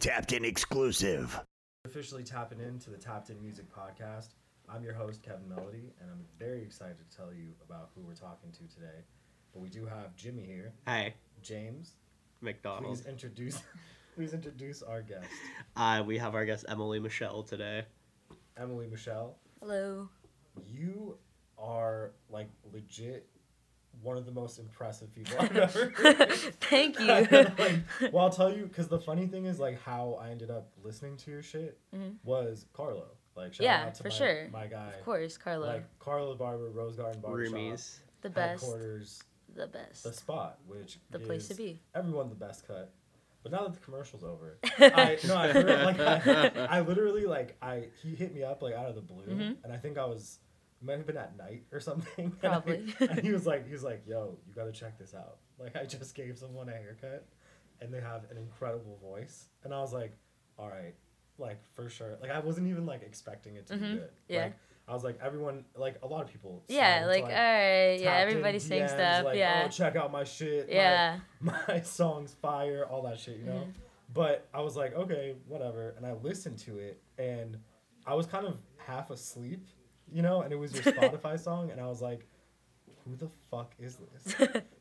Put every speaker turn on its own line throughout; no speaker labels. Tapped in exclusive.
officially tapping into the Tapped In Music podcast. I'm your host, Kevin Melody, and I'm very excited to tell you about who we're talking to today. But we do have Jimmy here.
Hi,
James,
McDonald.
please introduce please introduce our guest,
Uh, we have our guest Emily Michelle today.
Emily Michelle.
Hello.
You are like legit one of the most impressive people I've ever. heard.
Thank you.
Like, well, I'll tell you because the funny thing is like how I ended up listening to your shit was Carlo. Like shout
Mm-hmm. Yeah,
out to
for
my,
sure.
my guy.
of course, Carlo.
Like Carlo Barber, Rose Garden Barbershop.
Roomies.
the best.
headquarters,
The best.
the spot, which
The place to
gives
be.
Everyone the best cut. But now that the commercial's over, I, no, I, heard, like, I, I literally like I he hit me up like out of the blue,
Mm-hmm.
and I think I was it might have been at night or something. and I-
Probably.
And, he was like, he was like, "Yo, you got to check this out. Like, I just gave someone a haircut, and they have an incredible voice." And I was like, "All right, like for sure." Like I wasn't even like expecting it to be good.
Mm-hmm. yeah.
Like, I was like, everyone, like a lot of people.
yeah,
sound,
like, all right. Yeah,
tapped in
everybody's saying
DMs,
stuff.
like,
yeah.
Oh, check out my shit. my-
Yeah. Mm-hmm.
My, song's fire, all that shit, you know? But I was like, okay, whatever. And I listened to it and I was kind of half asleep, you know? And it was your Spotify song. And I was like, who the fuck is this?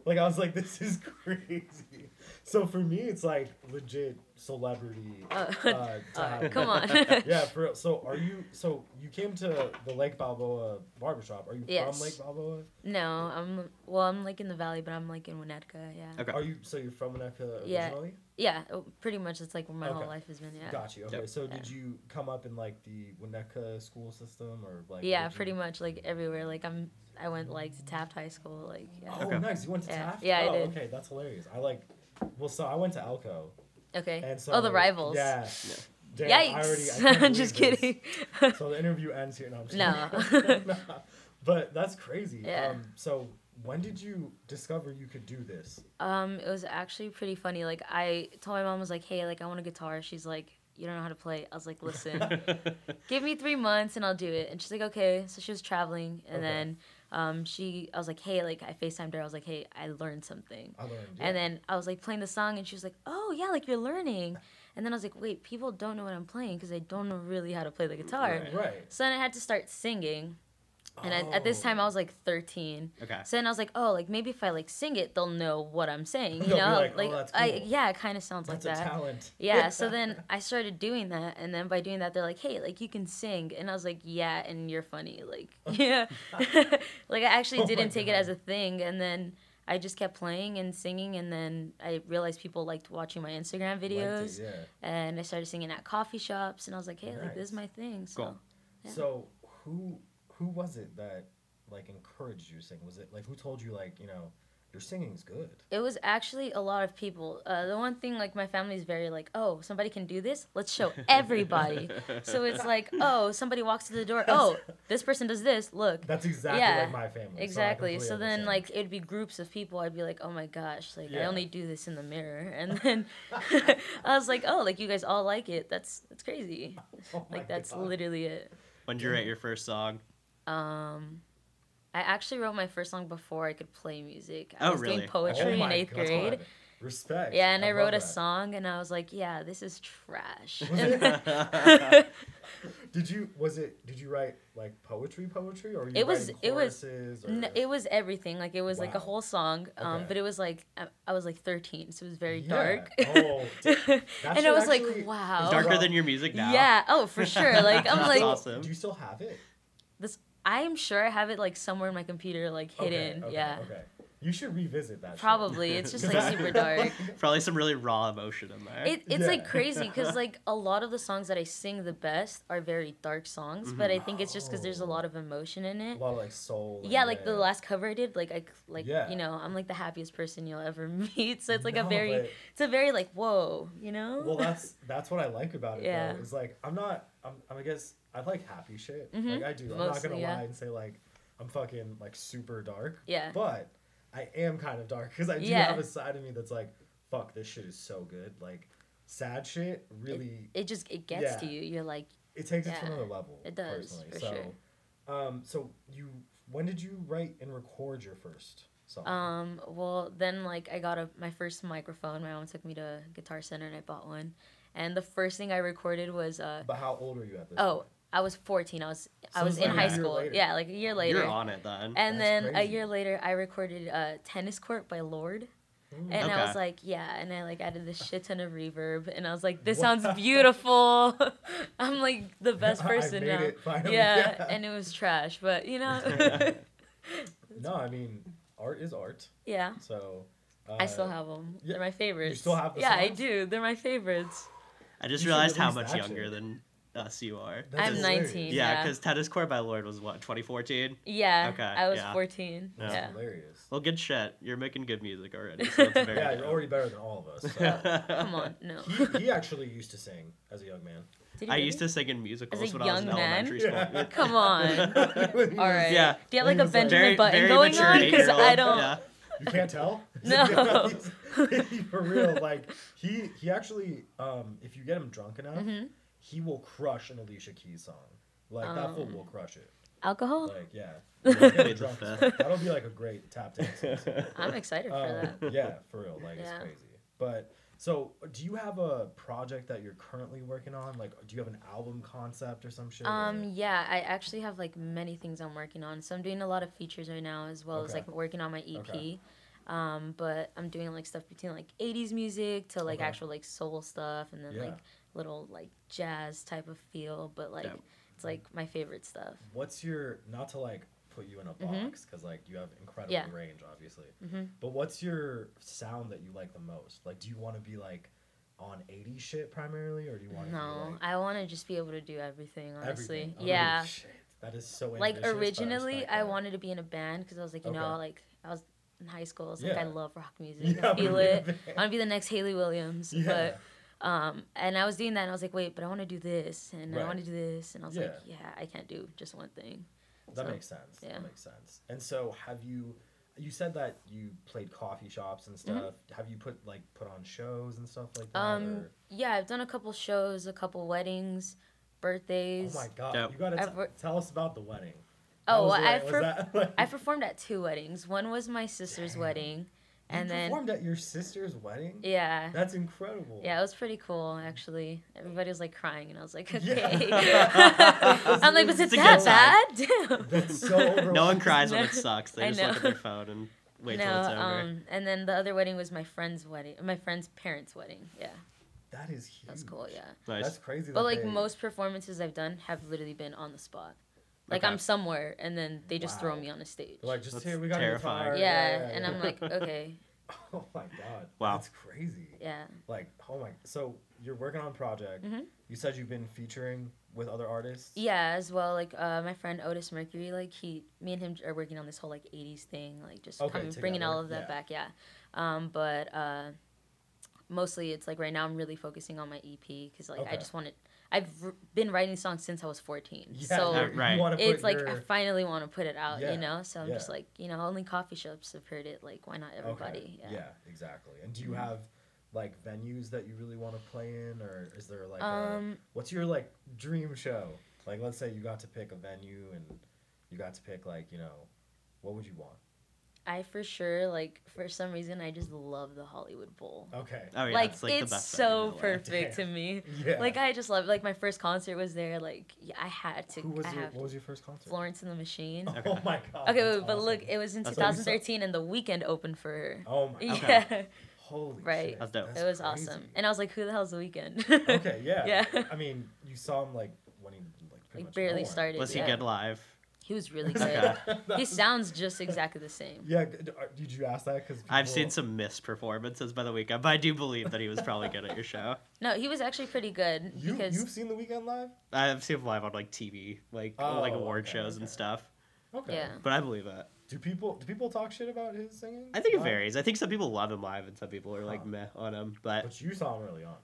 like, I was like, this is crazy. So for me, it's like legit celebrity. Uh, to have-
come on.
yeah, for real. So are you, so you came to the Lake Balboa barbershop. Are you
Yes.
from Lake Balboa?
no, I'm, well, I'm like in the valley, but I'm like in Winnetka. Yeah.
Okay.
Are you so you're from Winnetka
Yeah.
originally?
Yeah. oh, Pretty much it's like where my
Okay.
whole life has been. Yeah.
Got you. Okay.
Yep.
So did you come up in like the Winnetka school system or like?
Yeah,
did you-
pretty much like everywhere. Like I'm, I went like to Taft High School. Like, yeah.
Oh,
Okay.
nice. You went to
Yeah.
Taft.
Yeah, I
oh,
did.
Okay, that's hilarious. I like. Well, so I went to Alco,
Okay.
and so
oh, the rivals.
Yeah. Damn, I already. I
Yikes.
can't believe
just
this.
kidding.
So the interview ends here. No. I'm just
No.
kidding. Nah. but that's crazy.
Yeah.
Um, so when did you discover you could do this?
Um, it was actually pretty funny. Like I told my mom, I was like, "Hey, like I want a guitar." She's like, "You don't know how to play." I was like, "Listen, give me three months and I'll do it." And she's like, "Okay." So she was traveling, and
Okay.
then um, she, I was like, "Hey," like I Facetimed her. I was like, "Hey, I learned something."
I learned.
And then I was like playing the song, and she was like, "Oh yeah, like you're learning." And then I was like, "Wait, people don't know what I'm playing because I don't know really how to play the guitar."
Right.
Right.
So then I had to start singing, and I, at this
Oh.
time I was like 13.
Okay.
So then I was like, oh, like maybe if I like sing it, they'll know what I'm saying, you
They'll be
know?
like, "Oh, that's
I
cool."
yeah, it kind of sounds
That's
like
a
that.
talent.
Yeah. So then I started doing that, and then by doing that, they're like, hey, like you can sing, and I was like, yeah, and you're funny, like yeah, like I actually
Oh my
didn't take it
God.
as a thing, and then. I just kept playing and singing, and then I realized people liked watching my Instagram
Liked
videos.
it, yeah.
And I started singing at coffee shops, and I was like, "Hey, like this is my
Nice.
thing." So
Cool.
So who who was it that like encouraged you to sing? Was it like who told you like you know your singing's good?
It was actually a lot of people. Uh, the one thing, like, my family is very like, oh, somebody can do this. Let's show everybody. so it's like, oh, somebody walks to the door. Oh, this person does this. Look.
That's exactly
Yeah,
like my family. so I
exactly. So,
completely
then,
understand.
like, it'd be groups of people. I'd be like, oh my gosh, like, I
Yeah.
only do this in the mirror. And then I was like, oh, like, you guys all like it. That's that's crazy.
Oh my
Like, that's
God.
literally it.
When did you write your first song?
Um, I actually wrote my first song before I could play music. I
Oh,
was
really?
doing poetry in
my
eighth grade.
God. Respect.
Yeah, and I,
love
wrote a
that.
song, and I was like, "Yeah, this is trash."
Was
And- Oh.
okay.
Did you was it did you write like poetry poetry or were you
It was-
writing
it was-
choruses or
n- it was everything. Like it was like a
Wow.
whole song, um,
Okay.
but it was like I, I was like 13, so it was very
Yeah.
dark.
Oh, d- that
and I
shit
was like,
actually-
"Wow."
Darker than your music now.
Yeah. Oh, for sure. Like I'm
That's
like
awesome.
Do you still have it?
this. I'm sure I have it like somewhere in my computer, like hidden.
Okay, okay,
yeah.
Okay. You should revisit that. shit.
Probably. It's just like
That-
super dark.
Probably some really raw emotion in there.
It, it's like
Yeah.
crazy because like a lot of the songs that I sing the best are very dark songs, but I think it's just because there's a
Oh.
lot of emotion in
A
it.
lot of like soul. and-
Yeah, like the last cover I did, like I c- like
Yeah.
you know, I'm like the happiest person you'll ever meet. So it's like a
No,
very
but-
it's a very like whoa, you know?
well that's that's what i like about it
Yeah.
though is like i'm not i'm, I'm i guess i like happy shit like
Mhm.
i do i'm not
Mostly,
gonna
yeah.
lie and say like i'm fucking like super dark
Yeah.
but i am kind of dark because i do
Yeah.
have a side of me that's like fuck this shit is so good like sad shit really
it just it gets to
Yeah.
you. You're like
it, takes it to
yeah,
another level
it does,
personally
for
so um so you when did you write and record your first song
um well then like I got a my first microphone. My mom took me to Guitar Center and I bought one. and the first thing I recorded was uh
But how old are you at this?
oh I was 14. I was I
So
was
it's
in
like
a
high
year
school.
later.
Yeah, like a year later.
You're on it then.
and
That's
then a
crazy.
year later, I recorded uh, "Tennis Court" by Lord, and I
Okay.
was like, "Yeah," and I like added this shit ton of reverb, and I was like, "This
Wow.
sounds beautiful." I'm like the best
I
person
made
now.
it finally,
yeah,
yeah.
and it was trash, but you know,
point? No, I mean, art is art.
yeah.
So. Uh,
I still have them.
yeah,
They're my favorites.
still have the
Yeah, I
songs?
do. They're my favorites.
I just
You should
realized how
release
much
that
younger
shit.
than us you are.
That's
I'm
hilarious.
19.
yeah,
yeah.
because Tennis Court by Lord was what 2014.
Yeah,
Okay,
I was
yeah.
14.
Yeah.
That's
Yeah.
hilarious.
Well, good shit. You're making good music already. So it's very
Yeah,
good.
you're already better than all of us. so.
Come on, no.
he, he actually used to sing as a young man.
Did
I
you
used
really?
to sing in musicals
As a
when I was in
young man?
elementary school.
Yeah.
Come on.
When he
All
was-
right.
Yeah.
Do
He was
you have like a
like-
Benjamin
Very,
Button
very
going
mature
on? Because
eight-year-old.
I don't.
Yeah.
You can't tell?
No.
He's- for real, like he he actually um if you get him drunk enough,
Mm-hmm.
he will crush an Alicia Keys song. Like that
Um.
fool will crush it.
Alcohol?
Like yeah.
Played the
Drunk as
fifth.
fuck. That'll be like a great tap dance.
I'm excited for
Um,
that.
yeah, for real. Like
Yeah.
it's crazy. But so do you have a project that you're currently working on? Like do you have an album concept or some shit? or-
Um, yeah, I actually have like many things I'm working on. So I'm doing a lot of features right now, as well as
Okay.
like working on my EP.
Okay.
Um, but I'm doing like stuff between like 80s music to like
Okay.
actual like soul stuff, and then
Yeah.
like little like jazz type of feel. But like
Dope.
it's like my favorite stuff.
what's your not to like put you in a box because like you have incredible
Mm-hmm. Yeah.
range obviously
Mm-hmm.
but what's your sound that you like the most like do you want to be like on 80 shit primarily or do you want to
No,
be like
I want to just be able to do everything, honestly.
everything? Oh,
yeah.
shit. that is so
like
ambitious, but I
originally,
respect
I
that.
wanted to be in a band because I was like, you know,
Okay.
like I was in high school. I was like,
Yeah.
I love rock music.
Yeah,
I feel
we're in a
it. I
band.
want to be the next Haley Williams.
yeah
But um, and I was doing that, and I was like, wait, but I want to do this, and I
Right.
want to do this, and I was like,
Yeah.
yeah, I can't do just one thing.
that
so,
makes sense
yeah.
that makes sense and so have you you said that you played coffee shops and stuff have you put like put on shows and stuff like that
Mm-hmm. Um,
or-
yeah, I've done a couple shows, a couple weddings,
oh
birthdays.
my god
Dope.
you gotta
I've
t-
wor-
tell us about the wedding That
Oh,
was
well,
the-
I
was
per-
that, like-
I performed at two weddings. One was my sister's
Damn.
wedding, and
you
then
performed at your sister's wedding.
yeah.
That's incredible.
Yeah, it was pretty cool actually. Everybody was like crying, and I was like,
Yeah.
okay.
That's
I'm like, was
really
It's
it
a
that
good
bad?
That's so overwhelming.
No one cries when
No.
it sucks. They
I
just look
know.
at their phone and wait
no,
till it's over.
um, and then the other wedding was my friend's wedding, my friend's parents' wedding. Yeah,
That is huge.
that's cool. Yeah,
nice.
That's crazy.
but
that
like
they-
most performances I've done have literally been on the spot. Like
Okay.
I'm somewhere, and then they just throw
Wow.
me on a stage.
they're like just
That's
here we got
terrifying.
a
yeah,
guitar.
and I'm like, okay,
oh my god.
Wow.
That's crazy.
yeah,
Like oh my. So you're working on a project.
Mhm.
You said you've been featuring with other artists.
yeah. As well, like uh, my friend Otis Mercury, like he, me and him are working on this whole like '80s thing, like just
Okay,
coming, bringing all
together,
of that
yeah.
back. Yeah, um, but uh, mostly it's like right now I'm really focusing on my EP because like I
Okay.
just want to. I've r- been writing songs since I was 14,
Yeah,
so
you-
Uh, right.
You wanna put
it's like
your-
I finally want to put it out,
Yeah,
you know. So I'm just
yeah.
like, you know, only coffee shops have heard it. Like, why not
Okay,
everybody? Mm-hmm.
Yeah. Exactly. And do you have like venues that you really want to play in, or is there like a,
Um,
What's your like dream show? Like, let's say you got to pick a venue and you got to pick like you know, what would you want?
I for sure like for some reason I just love the Hollywood Bowl.
Okay.
oh yeah,
like,
it's like
it's
the best
so
thing in the world.
perfect to me.
Yeah.
Like I just love like my first concert was there. Like yeah, I had to.
Who was
I
your
have
What was your first concert?
Florence and the Machine.
Oh
Okay.
my god.
okay,
that's
wait, but look,
awesome.
it was in
That's
2013 and the weekend opened for her.
Oh my.
yeah,
God. Holy.
Right.
Shit.
That's dope.
it was
crazy.
awesome. And I was like, who the hell's the weekend?
okay. Yeah.
Yeah.
I mean, you saw him like when he like pretty
like
much
barely
born.
started.
Was he
yeah.
good live?
He was really good.
Okay.
he sounds just exactly the same.
Yeah. g- d- are- Did you ask that? Because
I've seen some missed performances by the weekend, but I do believe that he was probably good at your show.
No, he was actually pretty good
You
because
you've seen the weekend live?
I've seen him live on like TV, like like
Oh,
award
okay,
shows and
okay.
stuff.
Okay.
Yeah.
But I believe it.
Do people do people talk shit about his singing?
I think it
Live?
varies. I think some people love him live and some people are like
Huh.
meh on him. But
But you saw him early on.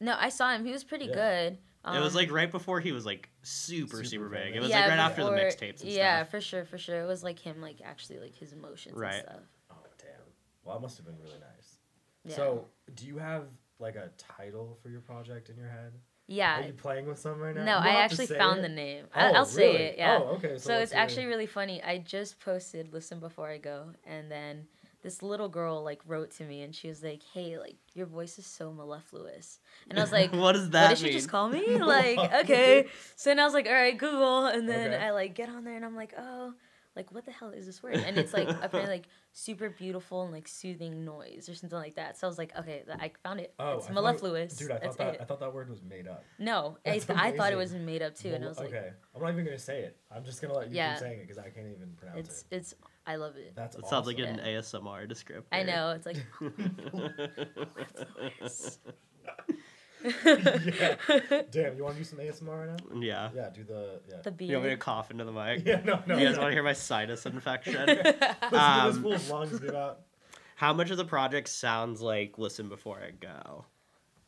no, I saw him. He was pretty
Yeah.
good.
it was
Um,
like right before he was like super super,
Super
big.
big.
It was
yeah,
like right after the
before-
mixtapes and
yeah,
stuff.
for sure, for sure. It was like him, like actually, like his emotions
Right.
and stuff.
Oh damn. Well, that must have been really nice.
Yeah.
So, do you have like a title for your project in your head? Are
yeah.
you playing with some right now?
No,
You don't have
I
to
actually
say
found
it.
the name.
Oh,
I, I'll say
really?
it. Yeah.
Oh, okay. So,
so
what's
it's
your-
actually really funny. I just posted "Listen Before I Go," and then this little girl like wrote to me and she was like, "Hey, like your voice is so mellifluous," and I was like,
What does that
What did she
mean?"
just call me? Like, okay. So then I was like, "All right, Google," and then I like get on there and I'm like, "Oh." Like what the hell is this word? And it's like apparently like super beautiful and like soothing noise or something like that. So I was like, okay, I found it.
Oh, I
it's
thought it-
mellifluous.
dude, I
That's
thought that
it.
I thought that word was made up.
No, I,
That's
I thought it
amazing.
was made up too, and I
Well,
was like,
okay, I'm not even gonna say it. I'm just gonna let you
Yeah.
keep saying it because I can't even pronounce
it's
it.
it's I love it.
That's
It sounds like
awesome.
an ASMR descriptor.
I know it's like
yeah. Damn, you want to do some ASMR right now?
yeah.
Yeah, do the yeah.
the
You want me to
beard.
cough into the mic?
yeah, no, no.
You guys
no.
want to hear my sinus infection?
Listen to this
Um,
fool's lungs give out.
How much of the project sounds like listen before I go?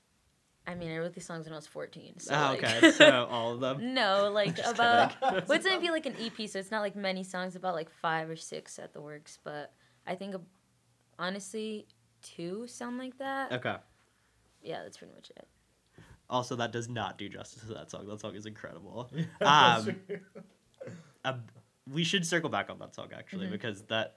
I mean, I wrote these songs when I was fourteen. So
Ah,
Oh,
like,
okay, so all of them.
no, like about well, it's gonna be like an EP, so it's not like many songs. About like five or six at the works, but I think honestly, two sound like that.
Okay.
Yeah, that's pretty much it.
Also, that does not do justice to that song. That song is incredible.
That's
Um,
true.
a- we should circle back on that song actually
Mm-hmm.
because that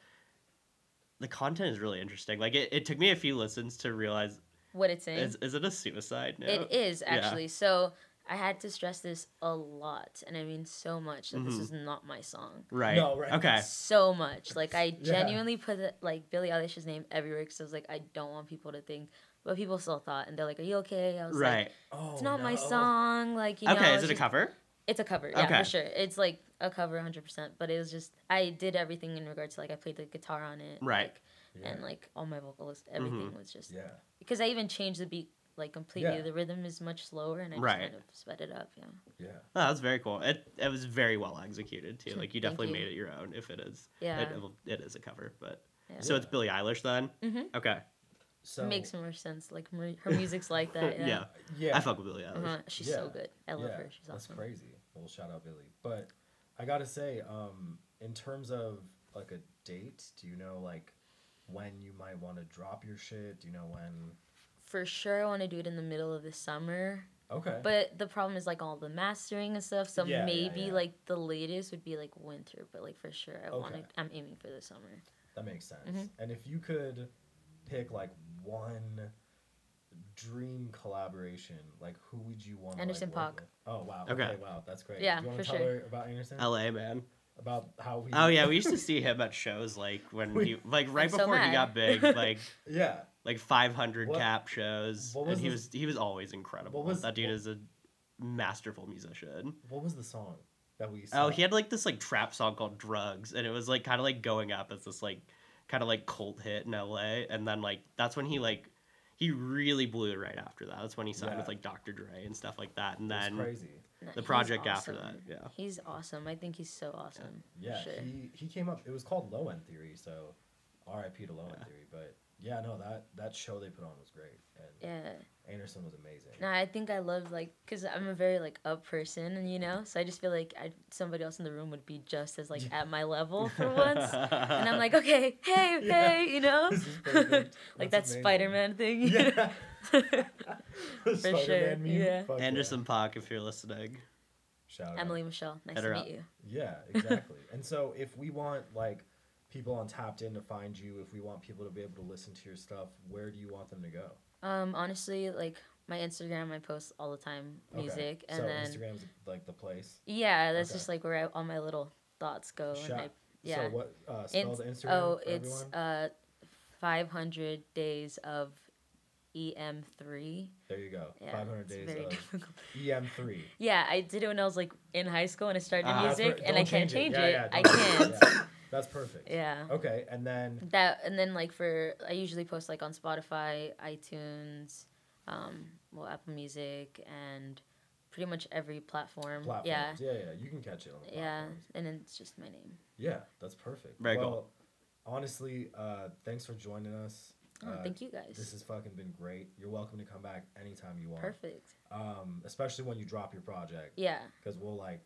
the content is really interesting. Like it, it took me a few listens to realize
What it's in.
is, is it a suicide note?
It is
Yeah.
actually. So I had to stress this a lot, and I mean so much that
Mm-hmm.
this is not my song.
Right.
No, right.
Okay.
So much. Like I genuinely put the, like Billie Eilish's name everywhere because I was like, I don't want people to think, but people still thought, and they're like, Are you okay? I was
Right.
like,
oh,
It's not my
no.
song. Like you know.
okay. Is
it's
it a
just-
cover?
It's a cover. Yeah,
Okay.
for sure. It's like a cover, hundred percent. But it was just I did everything in regards to like I played the guitar on it.
Right. Mm-hmm.
like, And like all my vocals, everything was just
Yeah.
because I even changed the beat like completely.
Yeah.
The rhythm is much slower, and I
Right.
just kind of sped it up. Yeah,
Yeah.
Oh, that was very cool. It it was very well executed too. Like you
Thank
definitely
you.
made it your own. If it is,
Yeah.
It, it'll- it is a cover, but
Yeah.
so it's Billie Eilish then.
Mhm.
Okay.
So
makes more sense. Like mer- her music's like that.
Yeah.
Yeah,
yeah.
I fuck with Billie Eilish.
Uh-huh. she's so
Yeah.
good. I love
yeah,
her. She's
That's
awesome.
crazy. Well, shout out Billy. But I gotta say, um, in terms of like a date, do you know like when you might want to drop your shit? Do you know when?
For sure, I want to do it in the middle of the summer.
Okay.
But the problem is like all the mastering and stuff. So
Yeah, yeah,
maybe
yeah.
like the latest would be like winter. But like for sure, I want to.
Okay.
I'm aiming for the summer.
that makes sense.
Mm-hmm.
And if you could pick like one dream collaboration, like who would you want?
Anderson
like, work
Paak.
with? Oh wow. Okay.
Okay.
Wow, that's great.
Yeah,
Do you want
for
to tell
sure.
her about Anderson?
L.A. man.
about how he?
Oh yeah, we used to see him at shows like when
We-
he like right
I'm so
before he
mad.
got big, like
Yeah.
like 500
What-
cap shows,
what was
and he
the-
was he was always incredible.
what was-
that dude
what-
is a masterful musician.
What was the song that we? saw?
Oh, he had like this like trap song called Drugs, and it was like kind of like going up as this like kind of like cult hit in LA, and then like that's when he like he really blew right after that. That's when he signed
Yeah.
with like Dr. Dre and stuff like that, and
It was
then
crazy.
No,
The
he's
project after
awesome.
that, yeah.
He's awesome. I think he's so awesome. for
Yeah,
sure.
he, he came up. It was called Low End Theory, so R.I.P. to Low End Theory. But yeah, no, that that show they put on was great, and
yeah.
Anderson was amazing.
No, I think I love like because I'm a very like up person, and you know, so I just feel like I, somebody else in the room would be just as like at my level for once, and I'm like, okay, hey,
Yeah.
hey, you know,
This is perfect.
like that
That's amazing.
Spider Man thing. you know?
Yeah, for
sure, yeah.
Anderson Park, if you're listening.
Shout out.
Emily Michelle, nice
Hit
to
her
meet
up.
you.
Yeah, exactly. and so if we want like people on Tapped In to find you, if we want people to be able to listen to your stuff, where do you want them to go?
Um, honestly, like my Instagram, I post all the time
Okay,
music, and
so
then
Instagram's like the place.
yeah, that's
Okay.
just like where I, all my little thoughts go, and I,
Shout.
yeah.
So what uh, spell
It's-
the Instagram?
Oh,
for
it's
everyone?
uh, 500 days of EM3.
there you go.
Yeah,
Five hundred
it's
days
very
of
difficult.
EM three.
Yeah, I did it when I was like in high school and I started
Ah, that's
music,
per-
and I
Uh-huh. don't
can't change it. I
don't-
can't.
yeah, That's perfect.
Yeah.
Okay, and then
That and then like for I usually post like on Spotify, iTunes, um, well Apple Music, and pretty much every platform.
platforms.
Yeah.
Yeah, yeah, you can catch it on the
Yeah,
platforms.
and then it's just my name.
Yeah, that's perfect.
Very
well,
cool.
honestly, uh, thanks for joining us.
Oh,
Uh,
thank you guys.
This has fucking been great. You're welcome to come back anytime you want.
Perfect.
Um, especially when you drop your project,
Yeah,
because we'll like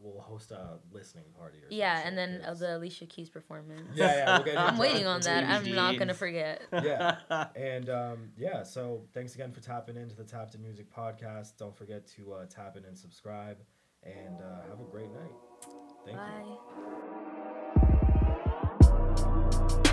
we'll host a listening party. Or some
yeah,
shit,
and then uh,
'cause-
the Alicia Keys performance.
yeah, yeah, we'll get you
I'm
drunk.
waiting on that. I'm not gonna
Indeed.
forget.
yeah. And um, yeah, so thanks again for tapping into the Tapped In Music podcast. Don't forget to uh, tap in and subscribe, and uh, have a great night. Thank you.
Bye.